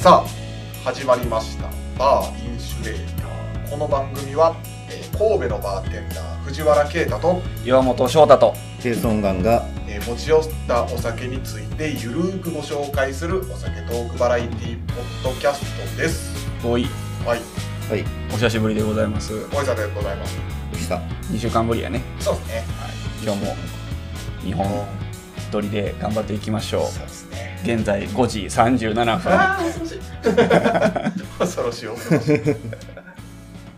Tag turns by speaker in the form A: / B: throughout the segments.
A: さあ始まりましたバーインシュレーターこの番組は、えー神戸のバーテンダー藤原啓太と、
B: 岩本翔太と
C: 低尊岩が
A: えー持ち寄ったお酒についてゆるーくご紹介するお酒トークバラエティポッドキャストです
B: 遠い
A: はい
C: はい
B: お久しぶりでございます
A: おいさでございます
C: でした
B: 2週間ぶりやね
A: そうですね
B: 今日も日
A: うん
B: 本撮りで頑張っていきましょう
A: そうですね
B: 現在5時37分
A: ああ恐ろしい恐ろしい恐ろしい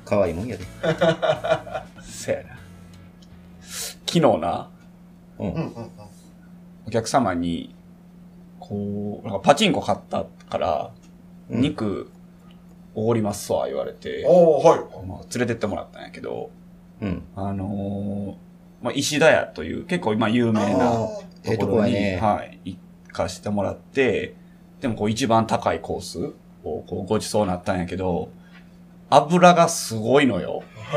C: 可愛いもんやで
B: せやな昨日な
C: うん
A: うんうんうん
B: お客様にこうなんかパチンコ買ったから
C: うん
B: 肉おごりますわ言われて、
A: おーはい
B: まあ、連れてってもらったんやけど
C: うん
B: あのーまあ、石田屋という結構今有名な
A: あ
C: ええ
B: と
C: と
B: こ
C: こ
B: ろ
C: や
B: に、
C: ね
B: はい、行かしてもらって、でもこう一番高いコースをこうごちそうになったんやけど、油がすごいのよ。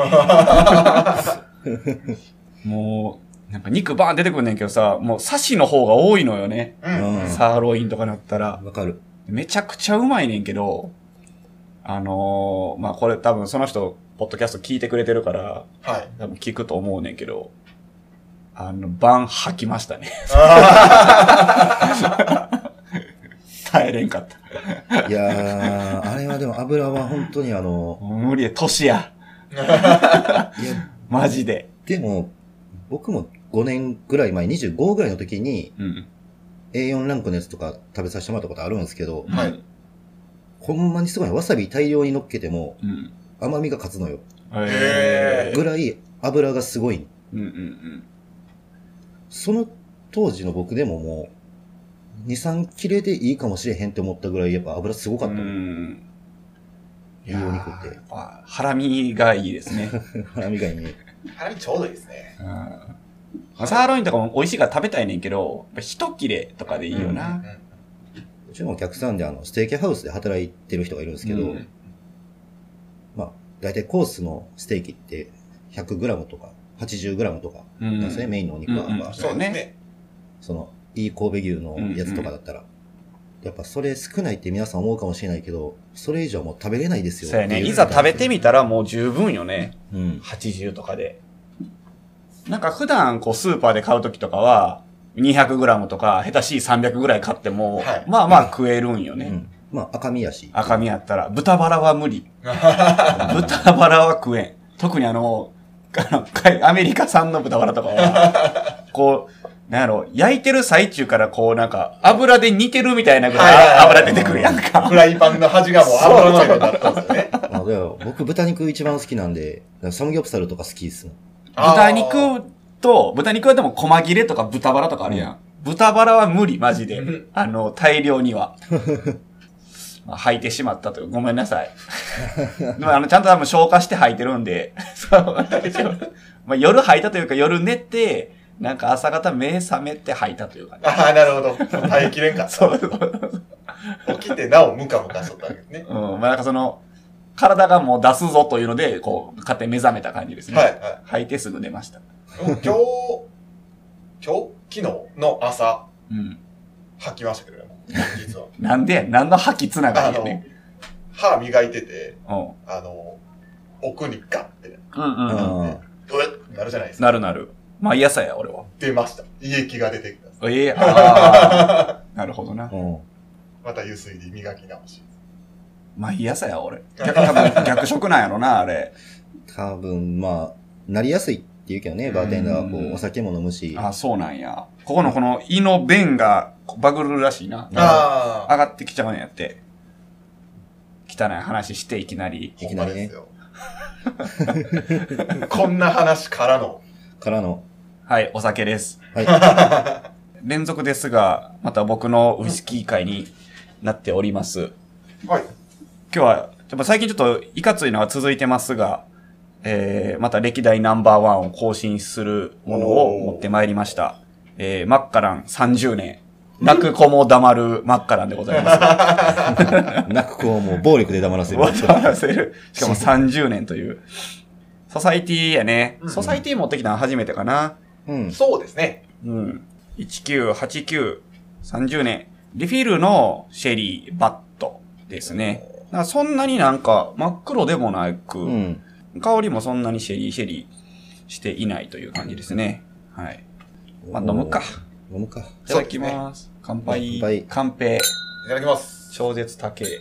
B: もう、なんか肉バーン出てくんねんけどさ、もう刺しの方が多いのよね。
A: ーうん
C: うん
B: サーロインとかなったら。
C: わかる
B: めちゃくちゃうまいねんけど、あのーまあ、これ多分その人、ポッドキャスト聞いてくれてるから、
A: はい
B: 多分聞くと思うねんけど、あの、晩吐きましたね。 耐えれんかった。
C: いやー あれはでも油は本当にあの
B: もう無理や、年や。
C: いや
B: マジで。
C: でも僕も5年ぐらい前25ぐらいの時に
B: うん。
C: A4 ランクのやつとか食べさせてもらったことあるんですけど
A: はい
C: ほんまにすごいのわさび大量に乗っけても
B: うん。
C: 甘みが勝つのよ
A: へえ
C: ぐらい油がすごい
B: うんうんうん。
C: その当時の僕でももう23切れでいいかもしれへんって思ったぐらいやっぱ油すごかった、
B: うん。
C: いいお肉って
B: やっぱハラミがいいですね。
C: ハラミ以外に
A: ハラミちょうどいいですね
B: うんサーロインとかも美味しいから食べたいねんけど、やっぱ一切れとかでいいよ
A: うん
B: な。
C: うちのお客さんであの、ステーキハウスで働いてる人がいるんですけど、
B: うん
C: まあ、大体コースのステーキって100グラムとか80グラムとか
B: うん
C: なんですね、メインのお肉は、
B: うんうん
C: まあ
A: そうですね
C: その、いい神戸牛のやつとかだったら。やっぱそれ少ないって皆さん思うかもしれないけど、それ以上はもう食べれないですよ。
B: そうやね。いざ食べてみたらもう十分よね。
C: うん。
B: 80とかで。なんか普段こうスーパーで買うときとかは、200g とか、下手しい300ぐらい買っても、
A: はい
B: まあまあ食えるんよ
C: う
B: ね。
C: ん。まあ、赤 身やし。
B: 赤身やったら、豚バラは 無理。豚バラは食えん。特にあの、あのかいアメリカ産の豚バラとかは、 こう、なんやろ、焼いてる最中からこうなんか、油で煮てるみたいなぐ
A: はい
B: らい
A: はいはい
B: 油出てくるやんか。
A: フライパンの端がもう油まみれになったんですよね。
C: まあ、だから僕豚肉一番好きなんで、だからサムギョプサルとか好きですもん。
B: 豚
A: あ
B: 肉と、豚肉はでも細切れとか豚バラとかあるやん。豚バラは無理、マジで
A: うん。
B: あの、大量には。 まあ、吐いてしまったという。ごめん なさい。でもあの、ちゃんと多分消化して吐いてるんで。 そう大丈夫まあ、夜吐いたというか、夜寝て、なんか朝方目覚めて吐いたというかね
A: ー。あー、なるほど。耐えきれんかった。
B: そうそう。
A: 起きてなおムカムカしとったわけですね。
B: うん。まあ、なんかその、体がもう出すぞというので、こう、勝手に目覚めた感じですね。
A: はい、は
B: 吐いてすぐ寝ました。
A: い。今日、 今日、昨日の朝、
B: うん。
A: 吐きましたけどね、 実は。
B: なんで、何の吐きつなが
A: あ
B: りや
A: の
B: ね。、
A: 歯磨いてて、
B: うん。
A: あの、奥にガッて、
B: うんうんうん。
C: う
A: う
C: ん
A: えってなるじゃないですか。
B: なるなる。毎朝や、俺は。
A: 出ました。胃液が出てきた。
B: ええあー なるほどな。
C: うん。
A: また油水で磨き直 し。
B: 毎朝や、俺。逆、多分逆色なんやろな、あれ。
C: 多分、まあ、なりやすいって言うけどね、バーテンダーはこ
B: うん
C: う、お酒も飲むし。
B: あそうなんや。ここのこの胃の弁がバグるらしいな。
A: ああ、
B: 上がってきちゃうんやって。汚い話して、いきなり。
C: い
A: ほ
C: き
A: んま
C: なり
A: で
C: ね
A: す。よ。 こんな話からの、
C: からの、
B: はい、お酒です。
C: はい。
B: 連続ですが、また僕のウイスキー会になっております。
A: はい。
B: 今日は、やっぱ最近ちょっといかついのが続いてますが、えー、また歴代ナンバーワンを更新するものを持ってまいりました。えー、マッカラン30年。泣く子も黙るマッカランでござ いま
C: 泣く子をもう暴力で黙ら
B: す。
C: せ る。
B: 笑わせる。しかも30年という。ソサイティやね
A: う。ん
B: ソサイティ持ってきたの初めてかな。
C: うん。
A: そうですね。
B: うん。1989、30年。リフィルのシェリー、バット。ですね。だからそんなになんか真っ黒でもなく、
C: うん。
B: 香りもそんなにシェリーシェリーしていないという感じですね。はい。まあ飲むか。
C: 飲むか。
B: いただきます。乾杯。
C: 乾杯
B: 乾杯。
A: いただきます。
B: 超絶竹。
A: ち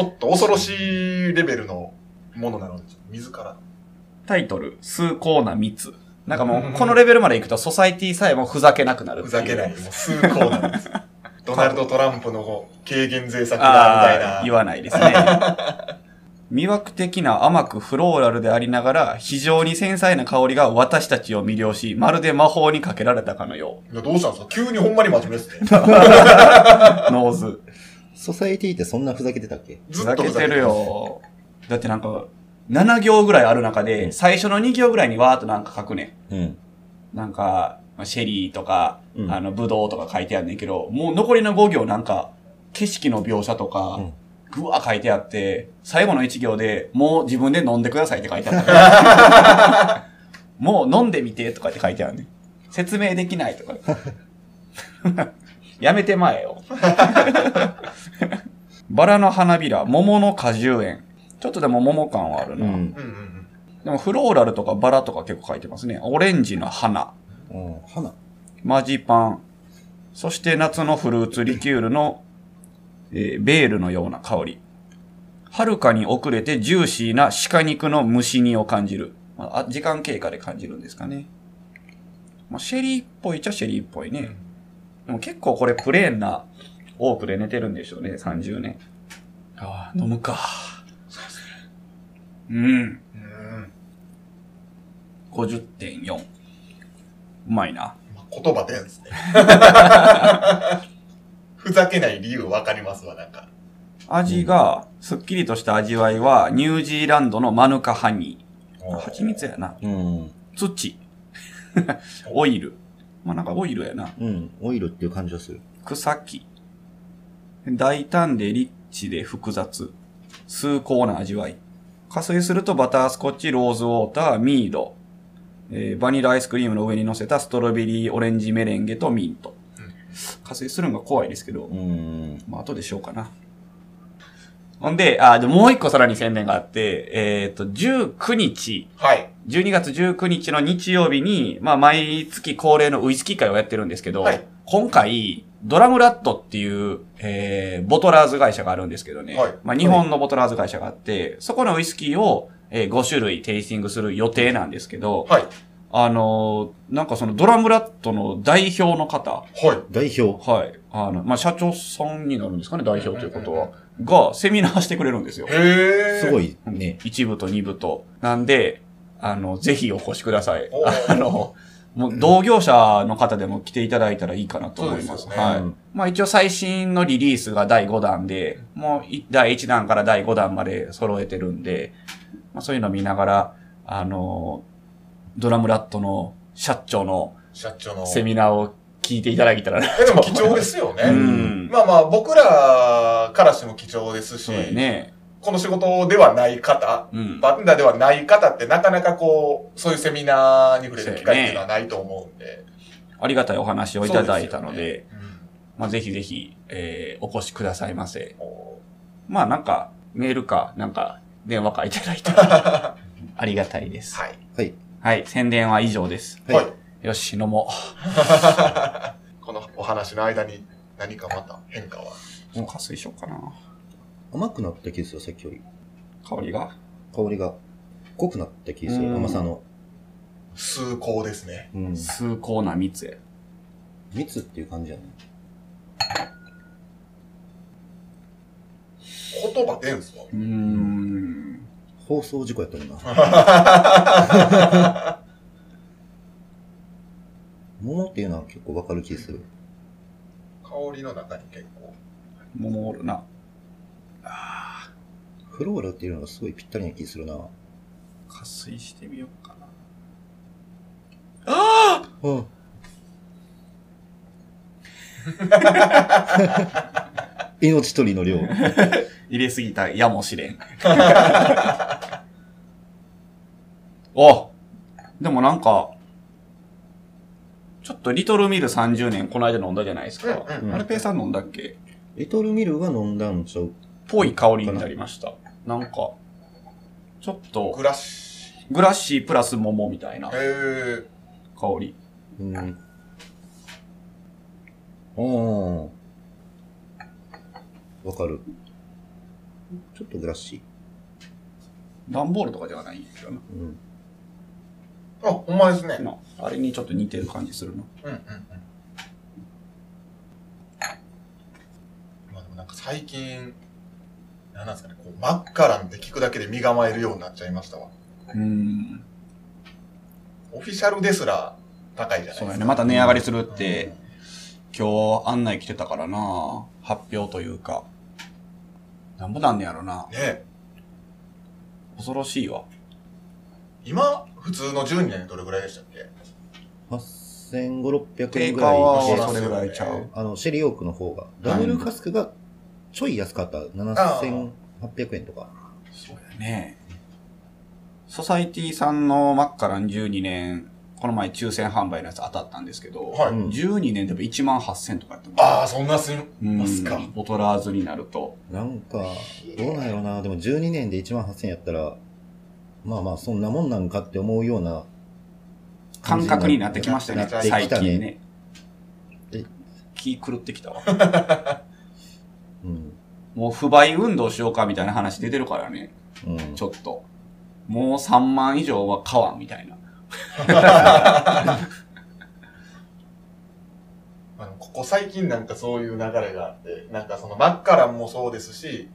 A: ょっと恐ろしいレベルのものなので、自ら。
B: タイトル、崇高な蜜。なんかもう、このレベルまで行くと、ソサイティさえもふざけなくなるって
A: ふ
B: う
A: ざけない。もう崇高なん です。ドナルド・トランプの軽減税策だみた
B: あ
A: い
B: ー言
A: な。
B: わないですね。 魅惑的な甘くフローラルでありながら、非常に繊細な香りが私たちを魅了し、まるで魔法にかけられたかのよ
A: いやどうしたんですか急にほんまに真面目ですね。
B: う。ノーズ。
C: ソサエティってそんなふざけてたっけ
B: ふ
A: ず
B: ざ
A: っと
B: け
A: ふざ
B: て
A: け
B: る。よ。だってなんか、7行ぐらいある中で、最初の2行ぐらいにわーっとなんか書くね
C: うん。
B: ん。なんか、シェリーとか、
C: うん
B: あの、ブドウとか書いてあるんだけど、もう残りの5行なんか、景色の描写とか、ぐわー書いてあって、最後の1行で、もう自分で飲んでくださいって書いてあった。 もう飲んでみてとかって書いてあるね。説明できないとか。 やめてまえよ。 バラの花びら、桃の果汁園。ちょっとでも桃感はある
C: う
B: な。
C: ん。
A: うんうんうん。
B: でもフローラルとかバラとか結構書いてますね。オレンジの花。
C: うん。花。
B: マジパン、そして夏のフルーツリキュールの、えーベールのような香り。はるかに遅れてジューシーな鹿肉の蒸し煮を感じる。まあ、あ時間経過で感じるんですかね。まあ、シェリーっぽいっちゃシェリーっぽいね。でも結構これプレーンなオークで寝てるんでしょうね、30年。ああ、飲むか。うん。
A: うん
B: 50.4。うまいな。
A: まあ言葉でですね。ふざけない理由わかりますわ、なんか。
B: 味が、すっきりとした味わいは、ニュージーランドのマヌカハニー。蜂蜜やな。
C: うん。
B: 土。 オイル。まあなんかオイルやな。
C: うん。オイルっていう感じがする。
B: 草木。大胆でリッチで複雑。崇高な味わい。加水するとバタースコッチ、ローズウォーター、ミード。えーバニラアイスクリームの上に乗せたストロベリー、オレンジメレンゲとミント
A: うん。
B: 加水するのが怖いですけど
C: う、ん。
B: まあ、後でしようかな。ほんで、あ、でもう一個さらに宣伝があって、えっ、と、19日、
A: はい。
B: 12月19日の日曜日に、まあ、毎月恒例のウイスキー会をやってるんですけど、
A: はい
B: 今回、ドラムラットっていう、えーボトラーズ会社があるんですけどね、
A: はい
B: まあ、日本のボトラーズ会社があって、そこのウイスキーを、えー5種類テイスティングする予定なんですけど、
A: はい。
B: あのーなんかそのドラムラットの代表の方、
A: はい。
C: 代表。
B: はい。あの、まあ、社長さんになるんですかね、代表ということは。が、セミナーしてくれるんですよ。
A: へえ。
C: すご
A: い。
C: いね。
B: 一部と二部と。なんで、あの、ぜひお越しください
A: お。ー
B: あの、もう同業者の方でも来ていただいたらいいかなと思いま
A: そ
B: す。
A: うですよね
B: は
C: う
B: い
C: ん。
B: まあ一応最新のリリースが第5弾で、もうい第1弾から第5弾まで揃えてるんで、まあそういうの見ながら、あの、ドラムラットの社長の
A: 社長の。
B: セミナーを聞いていただけたらな
A: え、でも貴重ですよ
B: う
A: ね。
B: ん。
A: まあまあ、僕らからしても貴重ですし
B: そう、やね。
A: この仕事ではない方、
B: うん。
A: バンダーではない方ってなかなかこう、そういうセミナーに触れる機会っていうのはないと思うんで。
B: ありがたいお話をいただいたの
A: そ
B: で、
A: うすよね
B: まあ、ぜひぜひ、えーお越しくださいませ。
A: うんお
B: まあ、なんか、メールか、なんか、電話かいただいたら、 ありがたいです。
A: はい。
C: はい。
B: はい、宣伝は以上です。
C: は
A: はいい。
B: よし、飲も
A: このお話の間に何かまた変化は。
B: う。もう、加水しようかな。
C: 甘くなった気がする、さっきより。
B: 香りが。
C: 香りが濃くなった気がす
B: う
C: る、
B: ん
C: 甘さの。
A: 崇高ですね。
C: うん。
B: 崇高な蜜へ。
C: 蜜っていう感じやね。
A: 言葉出ん すわ。
B: うーん。
C: 放送事故やったもんな。 桃っていうのは結構わかる気がする。
A: 香りの中に結構。
B: 桃おるな。
C: フローラルっていうのがすごいぴったりな気がするな。
B: 加水してみようかな。
C: うん。命取りの量。
B: 入れすぎたやもしれん。おでもなんか、ちょっとリトルミル30年この間飲んだじゃないですか。
A: うん
C: うん
B: あれペイさん飲んだっけ
C: リトルミルは飲んだんちゃう
B: ぽい香りになりました。なんか、ちょっと
A: グ、ラッシ
B: グラッシープラス桃みたいな
A: ュ。
B: 香
A: へえ。
B: り。
C: うん。おー。わかる。ちょっとグラッシ
B: 段ボールとかではないんですよな
C: ー。うん。
A: あ、ほんまですね。
B: なあれにちょっと似てる感じするな。
A: うんうんうん。まあでもなんか最近、なんなんですかね、こう、マッカランって聞くだけで身構えるようになっちゃいましたわ。
B: うん。
A: オフィシャルですら高いじゃないですか。
B: そうやね。また値上がりするっ
A: うん
B: て、今日案内来てたからな発表というか。なんぼなんねやろな
A: ね
B: 恐ろしいわ。
A: 今、普通の10年どれぐらいでしたっけ
C: 8500、600
B: 定
C: 円ぐ
B: 価
C: らい
B: は
A: あ
B: それぐらいちゃう。
C: あの、シェリーオークの方が。ダブルカスクがちょい安かった。7800円とか。
B: そうやね。ソサイティさんのマッカラン12年、この前抽選販売のやつ当たったんですけど、
A: はい。
C: うん
B: 12年でも1万8000とかやって
A: ああ、そんなすん、
B: うん
A: ますか。
B: ボトラーズになると。
C: なんか、どうなんやろな。でも12年で1万8000円やったら、まあまあ、そんなもんなんかって思うような
B: 感覚になってきました
A: な
B: ね、
A: ってきた
B: 最
A: ね
B: 近ね。
C: え
B: 気狂ってきたわ。
C: うん。
B: もう不買運動しようかみたいな話出てるからね、
C: うん
B: ち。ょっと。もう3万以上は買わんみたいな。
A: あのここ最近なんかそういう流れがあって、なんかそのマッカランもそうですし、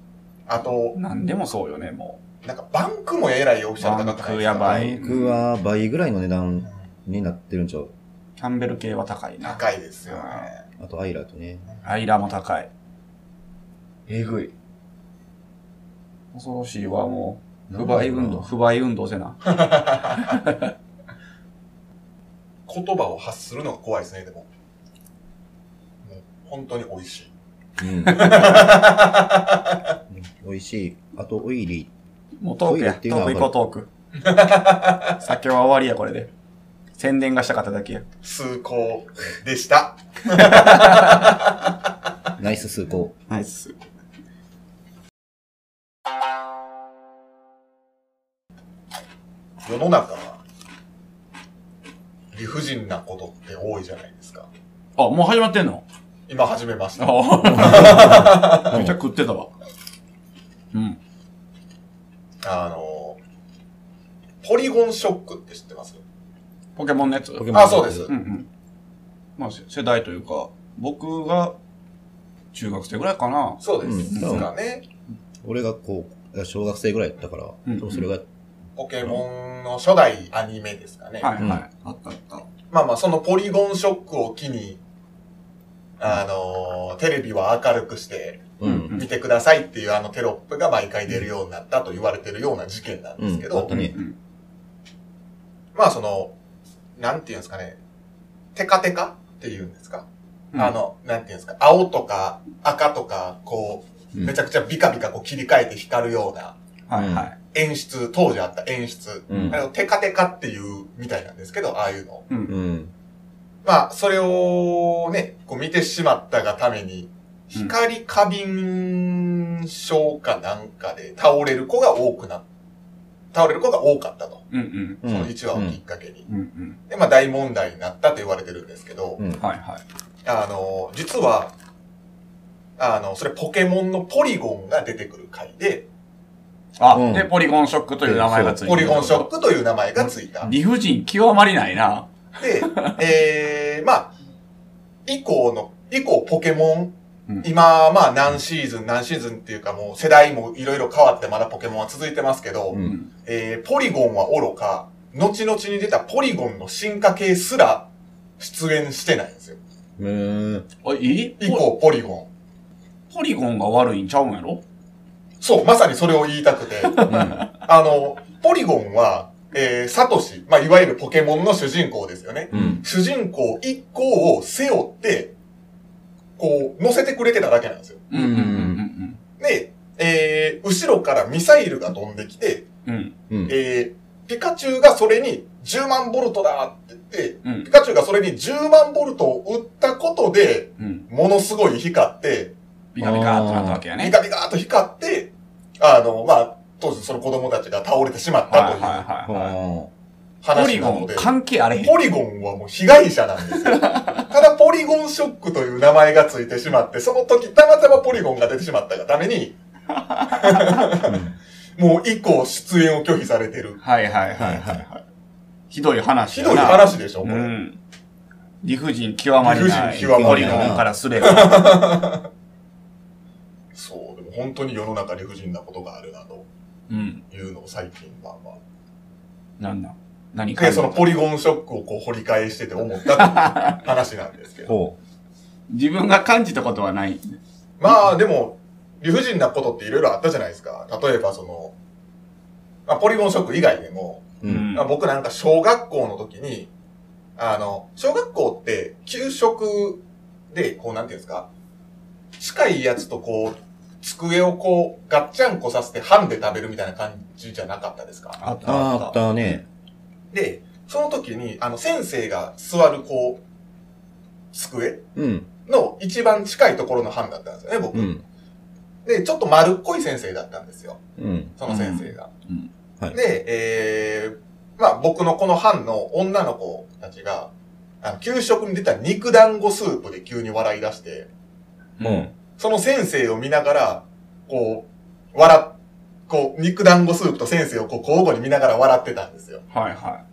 A: あと、
B: なんでもそうよね、も
A: なんかバンクもえらいオフィシャル高くないですか
B: バンクやばい
C: 僕は倍ぐらいの値
A: う
C: 段
A: ん
C: になってるんちゃう
B: う。キャンベル系は高いな。
A: 高いですよね。
C: あとアイラとね。
B: アイラも高い。えぐい。恐ろしいわ、もう。不買運動、不買運動せな。
A: 言葉を発するのが怖いですね、でも。もう本当に美味しい。
C: うん。美味しい。あとオイリ
B: もうトークや。
C: ト
B: ト
C: イレ行
B: ーク
C: ってい
B: 行
C: いな
B: こう、トーク。 酒は終わりや、これで。宣伝がしたかっただけや。
A: 崇高でした。
C: ー。ナイススーコ
B: ナイス。
A: 世の中は、理不尽なことって多いじゃないですか。
B: あ、もう始まってんの
A: 今始めました。
B: あ めっちゃ食ってたわ。うん。
A: あの、ポリゴンショックって知ってます
B: ポケモンのやつ
C: ポケモン
A: あ、そうです。
B: うんうん。まあ、せ世代というか、僕が中学生ぐらいかな。
A: そうです。
C: うん
A: ですかね。
C: 俺がこう、小学生ぐらいだったから、
B: うん
C: 多分それが、
A: ポケモンの初代アニメですかね。
B: はい
C: うん
B: はい。あったあった。
A: まあまあ、そのポリゴンショックを機に、あのーテレビは明るくして
C: うん。
B: うん
A: 見てくださいっていうあのテロップが毎回出るようになったと言われてるような事件なんですけ
C: うんあ
A: ど、
C: ったね
B: うん
A: まあその、なんていうんですかね、テカテカっていうんですか、
B: うん
A: あ、の、なんていうんですか、青とか赤とか、こう、
C: うん
A: めちゃくちゃビカビカこう切り替えて光るような
B: はいはい。
A: 演出、当時あった演出、
C: うん
A: あのテカテカっていうみたいなんですけど、ああいうの。
B: うん
C: うん。
A: まあ、それをね、こう見てしまったがために、
B: うん
A: 光過敏症かなんかで倒れる子が多くな、倒れる子が多かったと。
B: うんうん。
A: その1話をきっかけに。
B: うんうん。
A: で、まあ大問題になったと言われてるんですけど、
C: うん。うん。
B: はいはい。
A: あの、実は、あの、それポケモンのポリゴンが出てくる回で、
B: あ、
C: うん
B: で、ポリゴンショックという名前がついて
A: ポリゴンショックという名前がついた。
B: 理不尽極まりないな。
A: で、えー、まあ、以降の、以降ポケモン、
B: うん
A: 今、まあ何シーズン、何シーズンっていうかもう世代もいろいろ変わってまだポケモンは続いてますけど、
C: う。
B: うんん。
A: えー、ポリゴンは愚か、後々に出たポリゴンの進化系すら出演してないんですよ。
C: うん。
B: あ、いい
A: 以降ポリゴン。
B: ポリゴンが悪いんちゃうんやろ
A: そう、まさにそれを言いたく て、あの、ポリゴンは、えー、サトシ、まあいわゆるポケモンの主人公ですよね。
C: うん。
A: 主人公一行を背負って、こう、乗せてくれてただけなんですよ。
B: うんうんうん
A: で、えー、後ろからミサイルが飛んできて、
B: うん。うん。
C: うん。
A: えー、ピカチュウがそれに10万ボルトだって言って、
B: うん
A: ピカチュウがそれに10万ボルトを打ったことで、
B: うん。
A: ものすごい光って、
B: ビカビカーっとなったわけや
A: ビ
B: ね。
A: カビカーっと光って、あの、まあ、当時その子供たちが倒れてしまっ
B: はい
A: たと
B: はい
A: いう話
B: はいはい。
C: あ
B: ポリ
A: な
B: ゴ
A: の
B: ン
A: で、
B: 関係あれへん。
A: ポリゴンはもう被害者なんですよ。ただポリゴンショックという名前がついてしまって、その時たまたまポリゴンが出てしまったがために、
C: あ。
A: もう以降出演を拒否されてる。
B: はいはいはいはいはい。ひどい話
A: ひ
B: や
A: ど
B: な。
A: い話でしょ、こ
B: う
A: れ。
B: ん。理不尽極まりない。
A: 理不尽極
C: ま
B: ポ
C: り
B: リ
C: ない
B: ゴンからすれば。
A: そう、でも本当に世の中理不尽なことがあるなと
B: うん。
A: いうのを最近は、まあ、
B: なんだ。何か
A: で、。そのポリゴンショックをこう掘り返してて思ったという話なんですけど。
C: ほ
B: 自分が感じたことはない。
A: まあ、でも、理不尽なことっていろいろあったじゃないですか。例えば、その、まあ、ポリゴンショック以外でも、
C: う。う。
B: うんん
A: まあ、僕なんか小学校の時に、あの、小学校って給食で、こうなんていうんですか、近いやつとこう、机をこう、ガッチャンコさせてハンで食べるみたいな感じじゃなかったですか。
B: あった
C: あ
B: あ
C: ーあ
B: っ。
C: ったたね。
A: で、その時に、あの、先生が座るこう、机
C: うん。
A: の一番近いところのハンだったんですよね、僕。
C: うん。
A: で、ちょっと丸っこい先生だったんですよ。
C: うん。
A: その先生が。
B: うん
C: うんはい
A: で、えー、まあ僕のこの班の女の子たちが、あの給食に出た肉団子スープで急に笑い出して、
C: うん。
A: その先生を見ながら、こう、笑っ、こう、肉団子スープと先生をこう交互に見ながら笑ってたんですよ。
B: はいは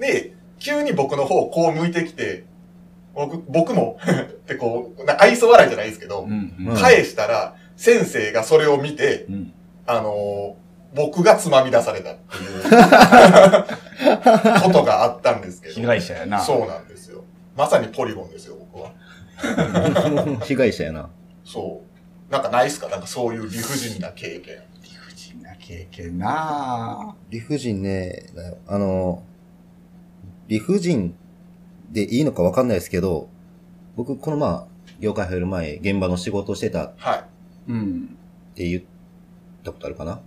A: で、急に僕の方こう向いてきて、僕僕も ってこう、な愛想笑いじゃないですけ
B: い。
A: ど
B: う、ん。
C: うん
A: 返したら、先生がそれを見て、
B: うん。
A: あのー僕がつまみ出されたって いうことがあったんですけど。
B: 被害者やな。
A: そうなんですよ。まさにポリゴンですよ、僕は。
C: 被害者やな。
A: そう。なんかないっすかなんかそういう理不尽な経験。
B: 理不尽な経験な
C: 理不尽ね、あの、理不尽でいいのかわかんないですけど、僕、このまあ、業界入る前、現場の仕事をしてたっ
A: はい。
B: うん。
C: て言ったことあるかな。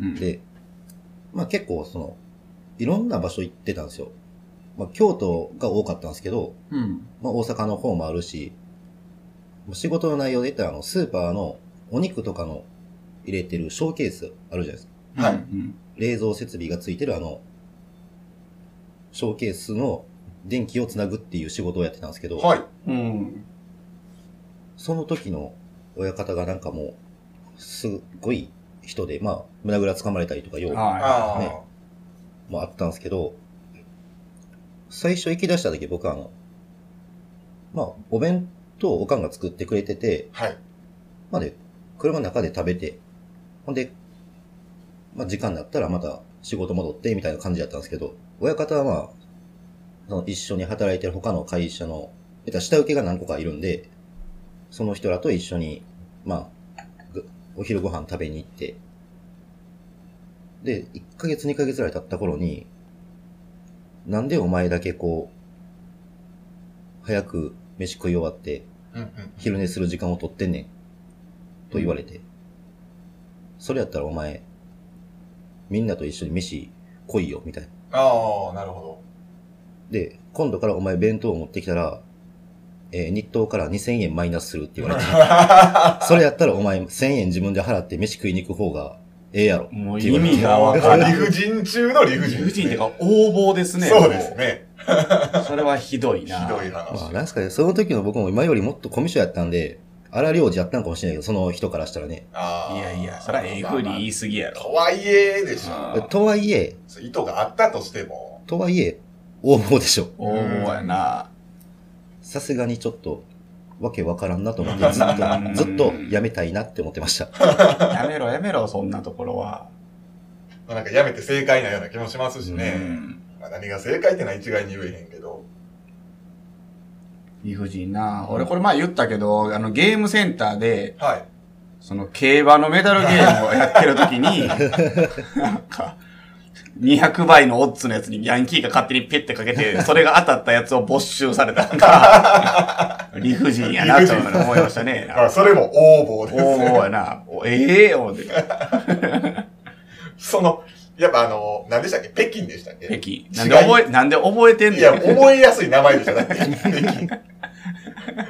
B: うん。
C: で、まあ結構その、いろんな場所行ってたんですよ。まあ京都が多かったんですけど、
B: うん。
C: まあ大阪の方もあるし、仕事の内容で言ったらあの、スーパーのお肉とかの入れてるショーケースあるじゃないですか。
A: はい
B: うん。
C: 冷蔵設備がついてるあの、ショーケースの電気をつなぐっていう仕事をやってたんですけど、
A: はい。
B: うん。
C: その時の親方がなんかもう、すっごい人で、まあ、胸ぐらつかまれたりとかよう、
B: は
A: ああ、
C: ねもあったんですけど、最初行き出した時僕はあの、まあ、お弁当をおかんが作ってくれてて、
A: はい。
C: まあで、車の中で食べて、ほんで、まあ時間になったらまた仕事戻ってみたいな感じだったんですけど、親方はまあ、その一緒に働いてる他の会社の、えっと下請けが何個かいるんで、その人らと一緒に、まあ、ぐお昼ご飯食べに行って、で、1ヶ月2ヶ月ぐらい経った頃に、なんでお前だけこう、早く飯食い終わって、
A: うんうん。
C: 昼寝する時間を取ってんねん。と言われて。それやったらお前、みんなと一緒に飯来いよ、みたいな。
A: ああ、なる ほ
C: で、今度からお前弁当を持ってきたら、えー日当から2000円マイナスするって言われて。 それやったらお前1000円自分で払って飯食いに行く方がええやろ。
B: い。もう
C: ってい
B: 意
C: う
B: 味が
A: ど。
B: わから
A: 理
B: ん。
A: 不尽中の理不
B: 理
A: 尽、
B: 不尽っていうか、横暴ですね。
A: そうですね。
B: もう。それはひどい
A: ひ
B: な。
A: どい
C: まあ、
A: 話。
C: なんすかね、その時の僕も今よりもっとコミュ障やったんで、荒領事やったんかもしれないけど、その人からしたらね。
A: ああ
B: いやいや、それはええふうに言い過ぎやろ。
A: とはいえでしょ。
B: あー
C: とはいえ、
A: そう意図があったとしても。
C: とはいえ、横暴でしょ。
B: 横暴やな。
C: さすがにちょっと、わけわからんなと思って、ずっ
B: うん
C: と、ずっとやめたいなって思って ました。
B: やめろやめろ、そんなところは。
A: まあなんかやめて正解なような気もしますしね。
B: うん
A: まあ、何が正解ってのは一概に言えへんけど。
B: 理不尽な。俺これ前言ったけど、あのゲームセンターで、
A: はい。
B: その競馬のメダルゲームをやってる時に、なんか、200倍のオッズのやつにヤンキーが勝手にペッてかけて、それが当たったやつを没収されたから、理不尽やなと思いましたね。
A: まあ、それも応募です
B: お
A: よ。
B: おやな。おええよ、で。
A: その、やっぱあの、何でしたっけ北京でしたっけ
B: 北京。なんで覚え、なんで覚えてん
A: い
B: ね
A: や、
B: ん。
A: 覚えやすい名前でした。だって、北京。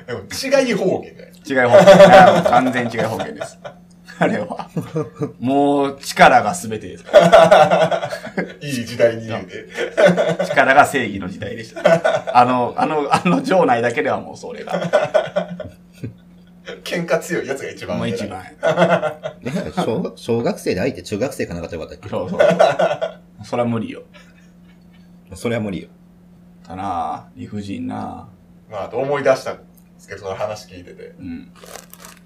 A: でも、違い方言じゃないです
B: 違い保険。あの完全に違い保険です。あれは。もう、力が全てですか
A: いい時代に言うて。
B: ら。力が正義の時代でした。あの、あの、あの場内だけではもうそれが、
A: 喧嘩強いやつが一番。
B: もう一。番。
C: ね小学小学生で相手中学生かなんかじゃよかった っ
B: そうそう。それは無理よ。
C: けそれは無理よ。
B: だなあ理不尽なあ
A: まあ、と思い出したんですけど、その話聞いてて。
B: うん。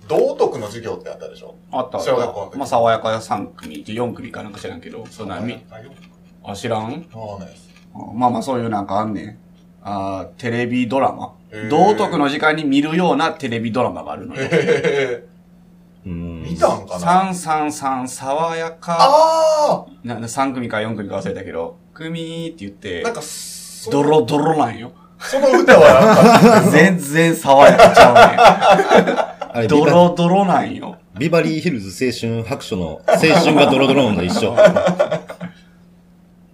A: 道徳の授業ってあったでしょ
B: あったあった
A: 小学校の時
B: まあ、爽やかや3組、4組かなんか知らんけど、そんな
A: あ
B: み、
A: よ
B: あ、知らん
A: そうなんです。
B: まあまあそういうなんかあんねん。あーテレビドラマ
A: へー。
B: 道徳の時間に見るようなテレビドラマがあるのよ。
A: へ
C: う
A: ー
C: ん。
A: 見たんかな
B: 333爽やか。
A: あ
B: な3組か4組か忘れたけど、組って言って
A: あなん、か、そ
B: ドロドロなんよ。
A: その歌はなんか、
B: 全然爽やかちゃ
C: あ
B: うね
C: れ
B: ん。ド
C: ビバ、
B: ロドロなんよ。
C: ビバリーヒルズ青春白書の青春がドロドロなのと一緒。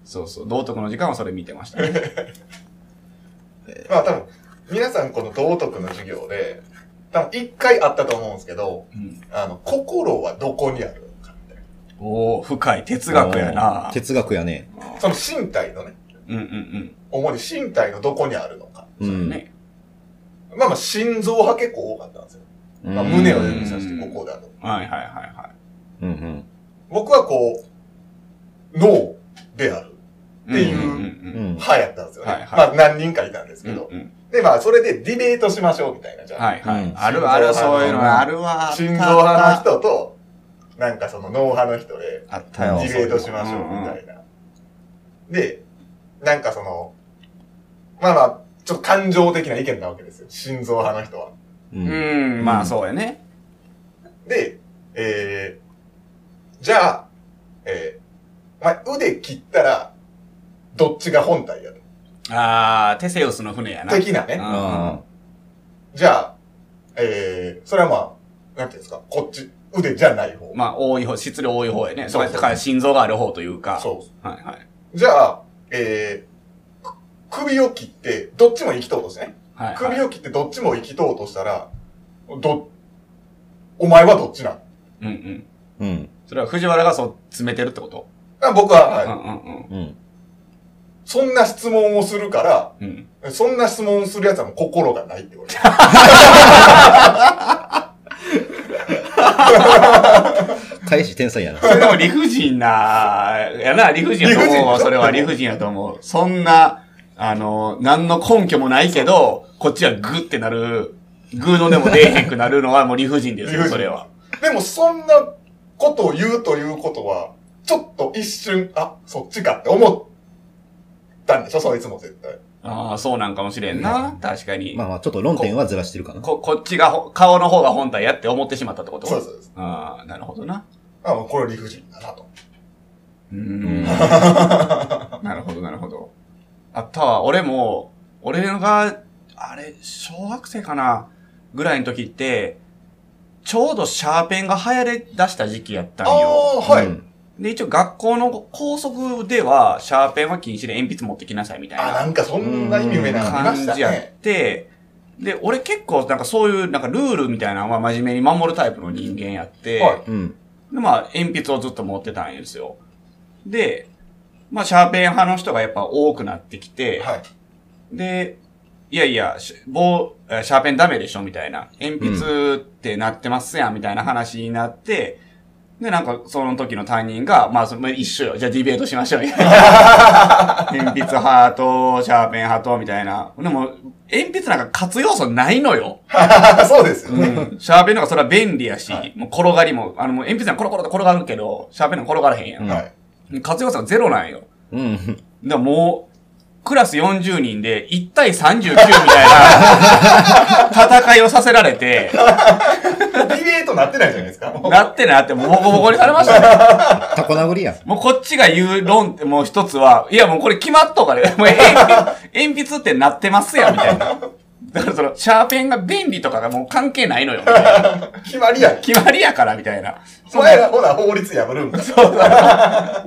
B: そうそう、道徳の時間はそれ見てましたね。
A: まあ多分、皆さんこの道徳の授業で、多分一回あったと思うんですけど、
B: うん、
A: あの、心はどこにあるのかみたい
B: おお深い 哲学やな。
C: 哲学やね。
A: な。その身体のね、
B: うんうんうん。
A: 主に身体のどこにあるのか。
C: うん。
B: ね。
A: まあまあ、心臓派結構多かったんですよ。まあ、胸を指さして、ここだと。
B: はいはいはいは
C: うんうん。
A: 僕はこう、脳であるっ
B: い。
A: ていうん
B: ん
C: う
B: うん
C: ん。
A: 派やったんですよね。
B: はいはい
A: まあ、何人かいたんです
B: う
A: け
B: ん
A: ど。
B: うん
A: で、まあ、それでディベートしましょうみたいな、じゃあ。
B: はいはい。
C: うん
B: あるある、
A: 心臓
B: そういうの
A: 派の
B: あるわ。
A: 心臓派の人と、なんかその脳派の人で、
B: あった
A: デ
B: よ。
A: ィベートしましょうみたいな。で、なんかその、まあまあ、ちょっと感情的な意見なわけですよ。心臓派の人は。
C: う。
B: うんん。うん、まあそうやね。
A: で、えー、じゃあ、えー、まあ、腕切ったら、どっちが本体やと。
B: あー、テセウスの船やな。
A: 的なね。
C: あ
A: じゃあ、えー、それはまあ、なんていうんですか、こっち、腕じゃない方。
B: まあ、多い方、質量多い方やね。
A: そ
B: そうう
A: そう
B: だから心臓がある方というか。。
A: そう
B: はいはい。
A: う。じゃあ、えー、く首を切って、どっちも生きとうとしてね。
B: はい、はい。
A: 首を切ってどっちも生きとうとしたら、ど、お前はどっちなん
B: うんうん。
C: うん。
B: それは藤原がそう、詰めてるってこと
A: あ僕は、はい
B: うんうんうん。
C: うん。
A: そんな質問をするか
B: うん。
A: ら、そんな質問する奴はもう心がないってこと。
C: 返し天才や な。
B: それでも理不尽な、やな、理不尽やと
A: 理不
B: 思う
A: 尽
B: わ。それは理不尽やと思う。そんな、あの、何の根拠もないけど、こっちはグーってなる、グーのでも出えへんくなる のはもう理不尽です
A: 理不
B: よ、
A: 尽
B: それは。
A: でもそんなことを言うということは、ちょっと一瞬、あ、そっちかって思ったんでしょそいつも絶対。
B: ああ、そうなんかもしれんな。確かに。
C: まあまあ、ちょっと論点はずらしてるかな。
B: こ、こっちがほ、顔の方が本体やって思ってしまったってこと
A: そうですそうです。
B: ああ、なるほどな。
A: あ、もうこれ理不尽だなと。
B: うー
C: うん
B: ん。なるほど、なるほど。あったわ。俺も、俺が、あれ、小学生かなぐらいの時って、ちょうどシャーペンが流行り出した時期やったん
A: あ
B: よ。
A: あ、はい。
C: うん
B: で、一応学校の校則では、シャーペンは禁止で鉛筆持ってきなさいみたい
A: あ、
B: な
A: なんかそんな意味上なのありま
B: 感
A: した
B: じや
A: ね。
B: って、で、俺結構なんかそういうなんかルールみたいなのは真面目に守るタイプの人間やって、
A: はい。
C: うん。
B: で、まあ、鉛筆をずっと持ってたんですよ。で、まあ、シャーペン派の人がやっぱ多くなってきて、
A: はい。
B: で、いやいや、し棒、えシャーペンダメでしょみたいな。鉛筆ってなってますやん、みたいな話になって、で、なんか、その時の担任が、まあ、その一緒よ。じゃあディベートしましょう、み たいな。鉛筆派と、シャーペン派と、みたいな。でも、鉛筆なんか活用素ないのよ。
A: あ そうですよね。
B: うんシャーペンの方がそれは便利やし、もう転がりも、あの、もう鉛筆なんかコロコロと転がるけど、シャーペンなんか転がらへんやん。
A: はい。
B: 活用素がゼロなんよ。
C: うん。
B: だからもう、クラス40人で1対39み たいな戦いをさせられて、
A: ディベートなってないじゃないですか。もう
B: なってなって、もうボコボコにされましたね。
C: タコ殴りやん。
B: もうこっちが言う論ってもう一つは、いやもうこれ決まっとかね、もう鉛筆、鉛筆ってなってますやん、みたいな。だからその、シャーペンが便利とかがもう関係ないのよ、みたいな
A: 決まりやん。
B: 決まりやから、みたいな。
A: お前らほら法律破るんだ。
B: そうだ。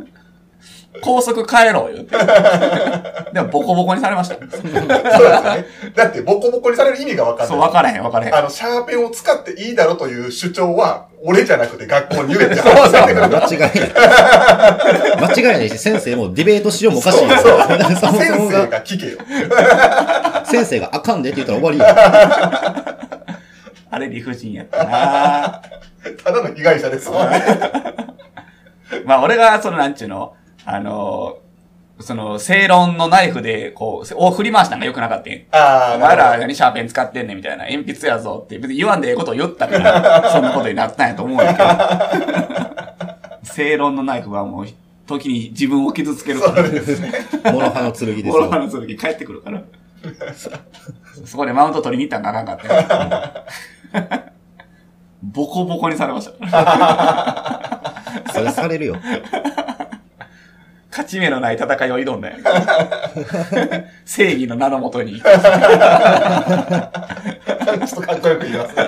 B: 高速帰ろう言うて。 でもボコボコにされました。
A: そうですよね。だって、ボコボコにされる意味がわかんない。
B: そう、分からへん分からへん。
A: あの、シャーペンを使っていいだろという主張は、俺じゃなくて学校に言えって
B: そうそう
A: 話
C: 間違いない。間違いないし、先生もディベートしようもおかしいよ。そもそ
A: 先生
C: もが、
A: が聞けよ。
C: 先生があかんでって言ったら終わりよ。
B: あれ理不尽やったな
A: ただの被害者ですわ。
B: まあ俺が、そのなんちゅうの、あのーその、正論のナイフで、こう、を振り回したのが良くなかったん
A: あ
B: お
A: ー
B: 前ら
A: なる
B: 何シャーペン使ってんねんみたいな、鉛筆やぞって、別に言わんでええことを言ったから、そんなことになったんやと思うんやけど。正論のナイフはもう、時に自分を傷つけるか
A: ほど
B: ら
A: そう、ですね。
C: モロハの剣です
B: モロハ
C: よ。
B: の剣帰ってくるから。 そこでマウント取りに行ったんかあかんかったんや。ボコボコにされました。
C: それされるよ。
B: 勝ち目のない戦いを挑んだよ。正義の名のもとに。
A: ちょっとかっこよく言いますね。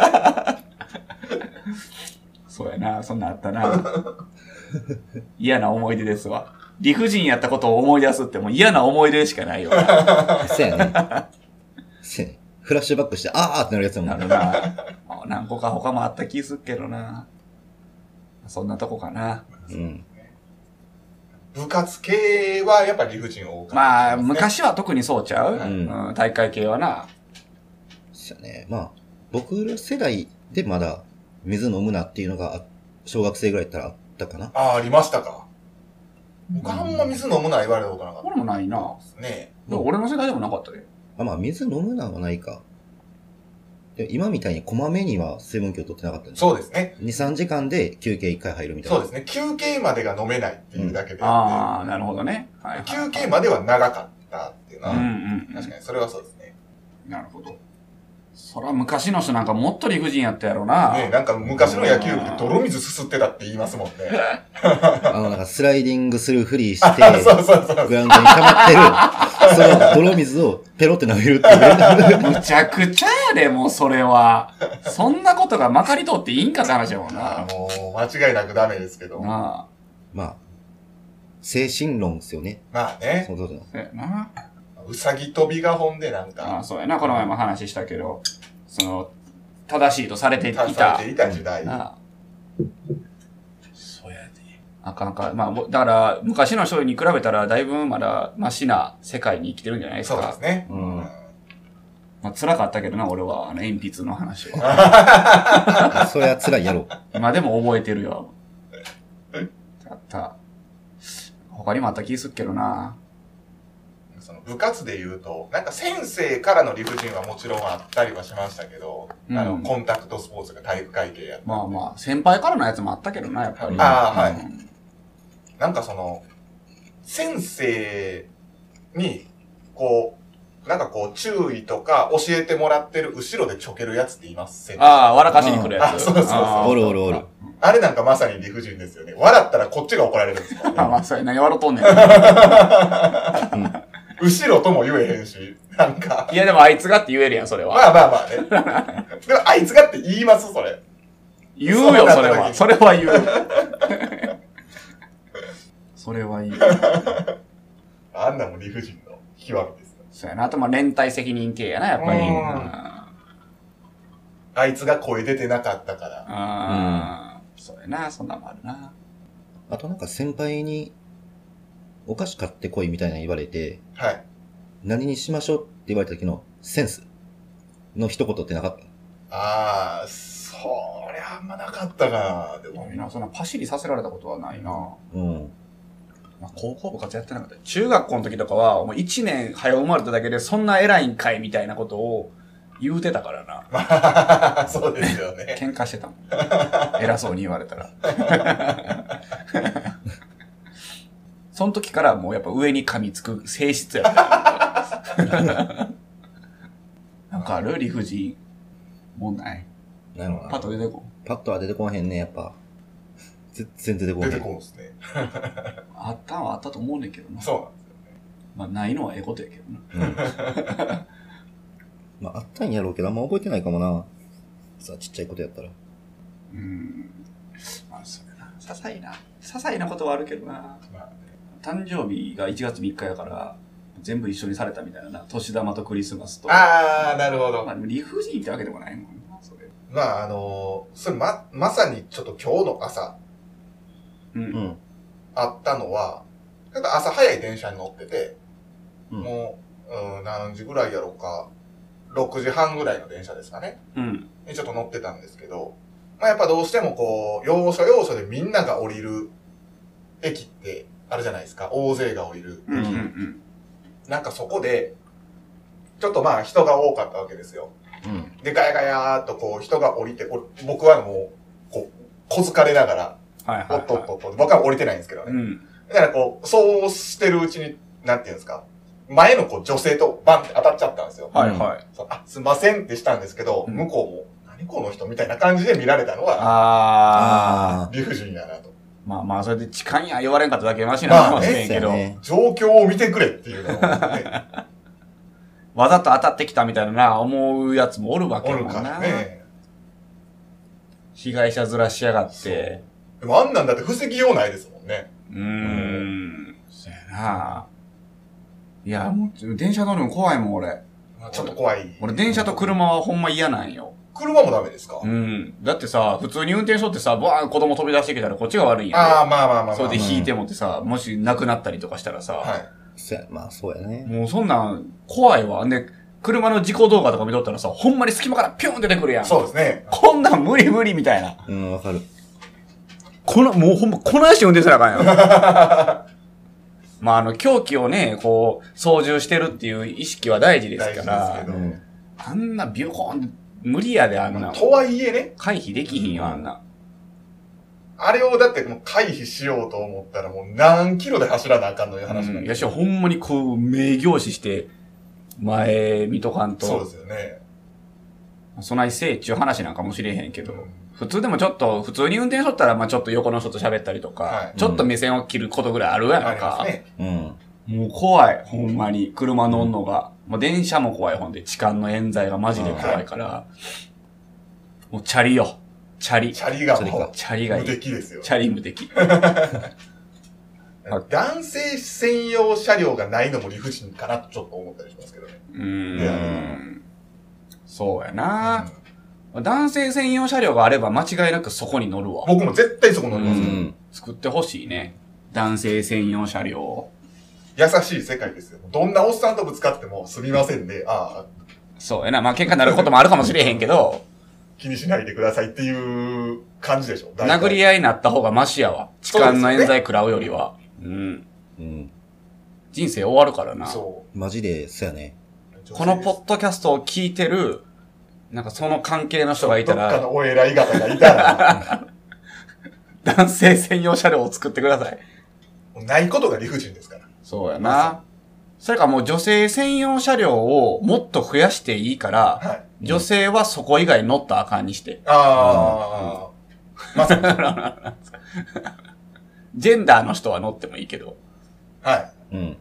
B: そうやな、そんなんあったな。嫌な思い出ですわ。理不尽やったことを思い出すってもう嫌な思い出しかないよな。
C: そうやね。そうやね。フラッシュバックして、あーってなるやつやも
B: なんるな。何個か他もあった気すっけどな。そんなとこかな。
C: うん。
A: 部活系はやっぱ理不尽多かった。
B: まあ、。昔は特にそうちゃう、
C: うん
B: うん大会系はな。
C: そうやね。まあ、僕ら世代でまだ水飲むなっていうのが、あ小学生ぐらいやったらあったかな。
A: ああ、ありましたか。僕あんま水飲むな言われたことなかった
B: これもないな。
A: ですね。
B: でも俺の世代でもなかったで。
C: あ、まあ、水飲むなはないか。で今みたいにこまめには水分量取ってなかったんです
A: そうですね。
C: 2、3時間で休憩1回入るみたい
A: そう
C: な
A: で。すね。休憩までが飲めないっていうだけで。
B: ああ、なるほどね。はいはい
A: 休憩までは長かったっていうのは、
B: うんうんうん。
A: 確かにそれはそうですね。
B: なるほど。そら昔の人なんかもっと理不尽やったやろな。
A: ねなんか昔の野球部って泥水すすってたって言いますもんね。
C: あの、なんかスライディングするふりして、
A: あ そうそうそう。
C: グラウンドに溜まってる、その泥水をペロって舐めるっていう。
B: むちゃくちゃやで、もうそれは。そんなことがまかり通っていいんかって話やもんな。
A: あ
B: な
A: ーもう、間違いなくダメですけど。ま
B: あ。
C: まあ、精神論ですよね。
A: あね
C: そ、の当時の。
B: そうやな。
A: うさぎ飛びが本でなん
B: あ
A: か、
B: そうやな。この前も話したけど、その、正しいとされていた。
A: 足されていた時代。
B: なあ。そうやで。なかなか、まあ、もうだから、昔の人に比べたら、だいぶまだ、マシな世界に生きてるんじゃないです
A: そうで
B: か
A: す。ね。
C: う
A: うん
C: ん。
B: まあ、辛かったけどな、俺は、あの、鉛筆の話は。
C: そりゃ辛いやろ。
B: 今でも覚えてるよ。あった。他にもあった気すっけどな。
A: その部活で言うと、なんか先生からの理不尽はもちろんあったりはしましたけど、
B: うん
A: あの、コンタクトスポーツが体育会系や
B: まあまあ、先輩からのやつもあったけどな、やっぱり。
A: あーはい
B: うん
A: なんかその、先生に、こう、なんかこう、注意とか教えてもらってる後ろでちょけるやつっていませんあ
B: ああ、笑かしに来る
A: あ
B: やつ。
A: そうそうそう
B: あー
C: おるおるおる。
A: れなんかまさに理不尽ですよね。笑ったらこっちが怒られるんですよ、
B: あ まあ、そうや、何笑うとんねん。
A: 後ろとも言えへんし、 なんか。
B: いや、でもあいつがって言えるやん、それは。
A: まあまあまあね。でも、あいつがって言いますそれ。
B: 言うよ、それは。そ
A: そ
B: れは言う。 それは言う。
A: あんなも理不尽の極みですよ。
B: そうやな。あと、まあ、連帯責任系やな、やっぱり。
A: うん
B: うん
A: あいつが声出てなかったから。
B: あーそうやな、そんなんもあるな。
C: あとなんか先輩に、お菓子買ってこいみたいなの言われて、
A: はい。
C: 何にしましょうって言われた時のセンスの一言ってなかった
A: ああ、そりゃあんまなかったかな。でも
B: い、やなそんなパシリさせられたことはないな。
C: うん。
B: まあ、高校部活やってなかった。中学校の時とかは、もう一年早生まれただけで、そんな偉いんかいみたいなことを言うてたからな。
A: まあ、そうですよ ね。
B: 喧嘩してたもん。 偉そうに言われたら。 その時からもうやっぱ上に噛みつく性質 やった。なんかある理不尽。もうない。
C: なるほど
B: パッ
C: な。
B: と出てこん。
C: パッとは出てこんへんね、やっぱ。全然出てこんへ
A: 出て
C: ん
A: こ。んですね。
B: あったんはあったと思うねんけどな。
A: そうなんで
B: まあないのはええことやけどな。
C: うんまあ、あったんやろうけど、あんま覚えてないかもな。さあ、ちっちゃいことやったら。
B: うん。まあ、それな。些細な。些細なことはあるけどな。
A: す。まあね、
B: 誕生日が1月3日やから、全部一緒にされたみたいなな。年玉とクリスマスと。
A: あー、なるほど
B: ま。あでも理不尽ってわけでもないもんな、それ。
A: まあ、あのーそれま、まさにちょっと今日の朝、
B: うん。
C: うん。
A: あったのは、なんか朝早い電車に乗ってて、
C: うん
A: もう、うん、何時ぐらいやろうか、6時半ぐらいの電車ですかね。
B: うん。
A: にちょっと乗ってたんですけど、まあやっぱどうしてもこう、要所要所でみんなが降りる駅ってあるじゃないですか。大勢が降りる。
B: うん。うん。うん。
A: なんかそこで、ちょっとまあ人が多かったわけですよ。
C: うん。
A: で、ガヤガヤーっとこう人が降りて、お僕はもう、こう、小づかれながら、
B: はいはい、
A: お
B: はい。
A: っとっとっと、僕は降りてないんですけどね
B: う。ん。
A: だからこう、そうしてるうちに、なんていうんですか、前のこう女性とバンって当たっちゃったんですよ。
B: はいはい。
A: そうあ、すいませんってしたんですけど、
B: うん
A: 向こうも、何この人みたいな感じで見られたのは、
B: ああ。
C: ああ。
A: 理不尽やなと。
B: まあまあ、それで痴漢や言われんかっただけマシ
A: まあ
B: なのかもしれん
C: そう
B: け
C: や
B: ど、
C: ね。
A: 状況を見てくれっていう のをね、
B: わざと当たってきたみたいなな思うやつもおるわけ
A: お
B: や
A: る
B: もん
A: から
B: な。
A: ね。
B: 被害者ずらしやがっ
A: そう
B: て。
A: でもあんなんだって防ぎようないですもんね。
B: うーん。そやな。いや、もう、電車乗るの怖いもん、俺。
A: ちょっと怖い。
B: 俺、電車と車はほんま嫌なんよ。
A: 車もダメですか、
B: うん。だってさ、普通に運転しとってさ、バーン子供飛び出してきたらこっちが悪いんや
A: ああ、まあまあまあまあ。
B: それで
A: は
B: 引いてもってさ、もし亡くなったりとかしたらさ、
A: い。
C: そうや、まあそうやね。
B: もうそんなん怖いわ。で、車の事故動画とか見とったらさ、ほんまに隙間からピュン出てくるやん。
A: そうですね。
B: こんなん無理無理みたいな。
C: うん、わかる。
B: この、もうほんま、こないして運転せなあかんやん。 まあ、あの、凶器をね、こう、操縦してるっていう意識は大事です
A: 大
B: か
A: 事です
B: ら
A: け、ど
C: うん。
B: あんなビュコーン、無理やで、あんな。
A: とはいえね、
B: 回避できひんよ、あんな。
A: あれをだってもう回避しようと思ったらもう何キロで走らなあかんのいう話
B: う、
A: なんん
B: いや
A: で。
B: し、ほんまにこう、名行視して、前見とかん
A: そう
B: と
A: で、すよね。
B: そないせいっちゅう話なんかもしれへんけど
A: うん、
B: 普通でもちょっと、普通に運転しとったら、まあちょっと横の人と喋ったりとか、
A: はい
B: ちょっと目線を切ることぐらいあるや
A: あ
B: ん
A: り
B: か。
A: ますね。
C: うん。
B: もう怖い、ほんまに。車乗んのが。もう電車も怖い、ほんで。痴漢の冤罪がマジで怖いから。もうチャリよ。チャリ。
A: チャリが
C: チャリ
A: も
C: か
B: チャリ
A: う
B: がい
A: 無
B: い。チ
A: 敵ですよ。
B: ャリ無敵。はい
A: 男性専用車両がないのも理不尽かなとちょっと思ったりしますけどね。
B: うー
A: いや
B: ん。そうやな、男性専用車両があれば間違いなくそこに乗るわ。
A: 僕も絶対そこ乗り
C: う
A: ますよ、
C: ん。
B: 作ってほしいね。男性専用車両。
A: 優しい世界ですよ。どんなおっさんとぶつかってもすみませんで、ああ、
B: そうやな。まあ喧嘩になることもあるかもしれへんけど、
A: 気にしないでくださいっていう感じでしょ。 大体
B: 殴り合いになった方がマシやわ。痴漢の冤罪食らうよりは。うん。
C: うん。
B: 人生終わるからな。
A: そ
C: マジで、そうやね。
A: う。
B: このポ
A: ッ
B: ッドキャストを聞いてる、なんかその関係の人がいた、
A: どっからのお偉い方がいた ら、
B: 男性専用車両を作ってください。
A: もうないことが理不尽ですから。
B: そうや
A: な。
B: それかもう女性専用車両をもっと増やしていいから、
A: はい。
B: 女性はそこ以外乗ったらあかんにして。
A: ああ、まさに。は
B: ジェンダーの人は乗ってもいいけど。
A: い。
C: うん。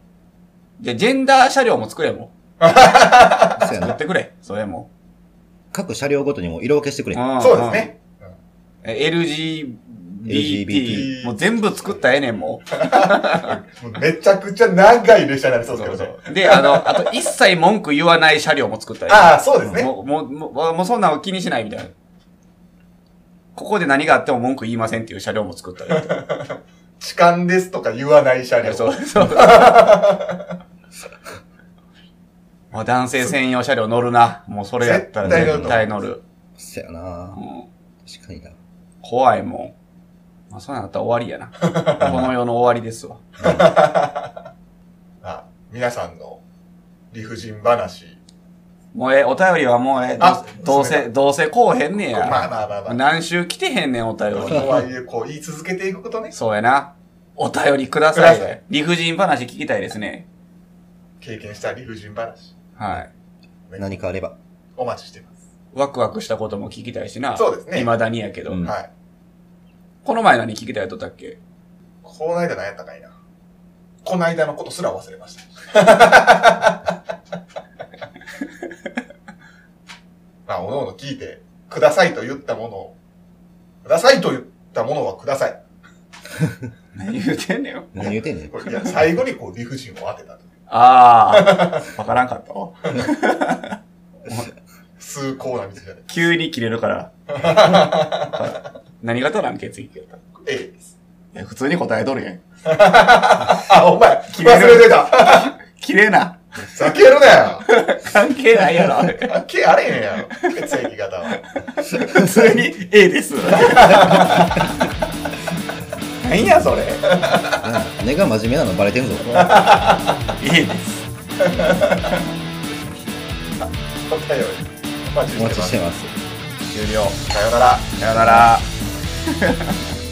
B: じゃ、ジェンダー車両も作れも
C: そうや
B: う。乗っ
C: な。
B: てくれ。それも。
C: 各車両ごとにも色分けしてくれ。
B: ん
A: そうです。ね。
B: うんえ LGBT。
A: LGBT
B: もう全部作ったらええねん、もう。
A: もうめちゃくちゃ長い列車になりそうですけどね。
B: う。で、あの、あと一切文句言わない車両も作ったらええ
A: ああ、そうですね。
B: もう、もう、もう、もうそんなの気にしないみたいな。ここで何があっても文句言いませんっていう車両も作ったり とか。
A: 痴漢ですとか言わない車両。
B: そうそう。もう男性専用車両乗るな。もうそれやったら絶
A: 絶
B: 対
A: 対
B: 乗る。
C: そうやな
B: う。ん
C: 確かにな。
B: 怖いもん。まあ、そうなったら終わりやな。この世の終わりですわ。
A: まあ皆さんの理不尽話。
B: もうええ、お便りはもうええ。
A: あ
B: どう
A: それ
B: せ、どうせこうへんねや。
A: まあまあまあまあ。
B: 何週来てへんねん、お便り。
A: とはいえ、こう言い続けていくことね、
B: そうやな。お便りくださ
A: くださ
B: い
A: い。
B: 理不尽話聞きたいですね。
A: 経験した理不尽話、
B: はい。
C: 何かあれば。
A: お待ちしてます。
B: ワクワクしたことも聞きたいしな。
A: そうですね
B: 未だにやけど。
C: うん
A: はい。
B: この前何聞きたいとったっけ
A: この間何やったかいな。この間のことすら忘れました。 まあ、おのおの聞いて、くださいと言ったものを、くださいと言ったものはください。
B: 何言うてんねん。
C: 何言うてんねん
A: こ。れいや最後にこう理不尽を当てたという。
B: ああ、わからんかった。
A: 崇高な道じゃない。
B: 急に切れる から。何型なんけ次。い
A: A です。
B: や普通に答えとるやん。
A: あ、お前、
B: 切
A: 忘
B: れる
A: れてた。
B: 綺麗な。
A: ざけるなよ。
B: 関係ないやろ。
A: 関係あれへんやろ。血液型は。
B: 普通に A です。何やそれ。
C: うん根が真面目なのバレてんぞ。
B: A です。
A: お便り。お待ち
C: お待ち
A: し
C: してて
A: ま
C: ます。
A: す。終了。さようなら。
B: さよなら。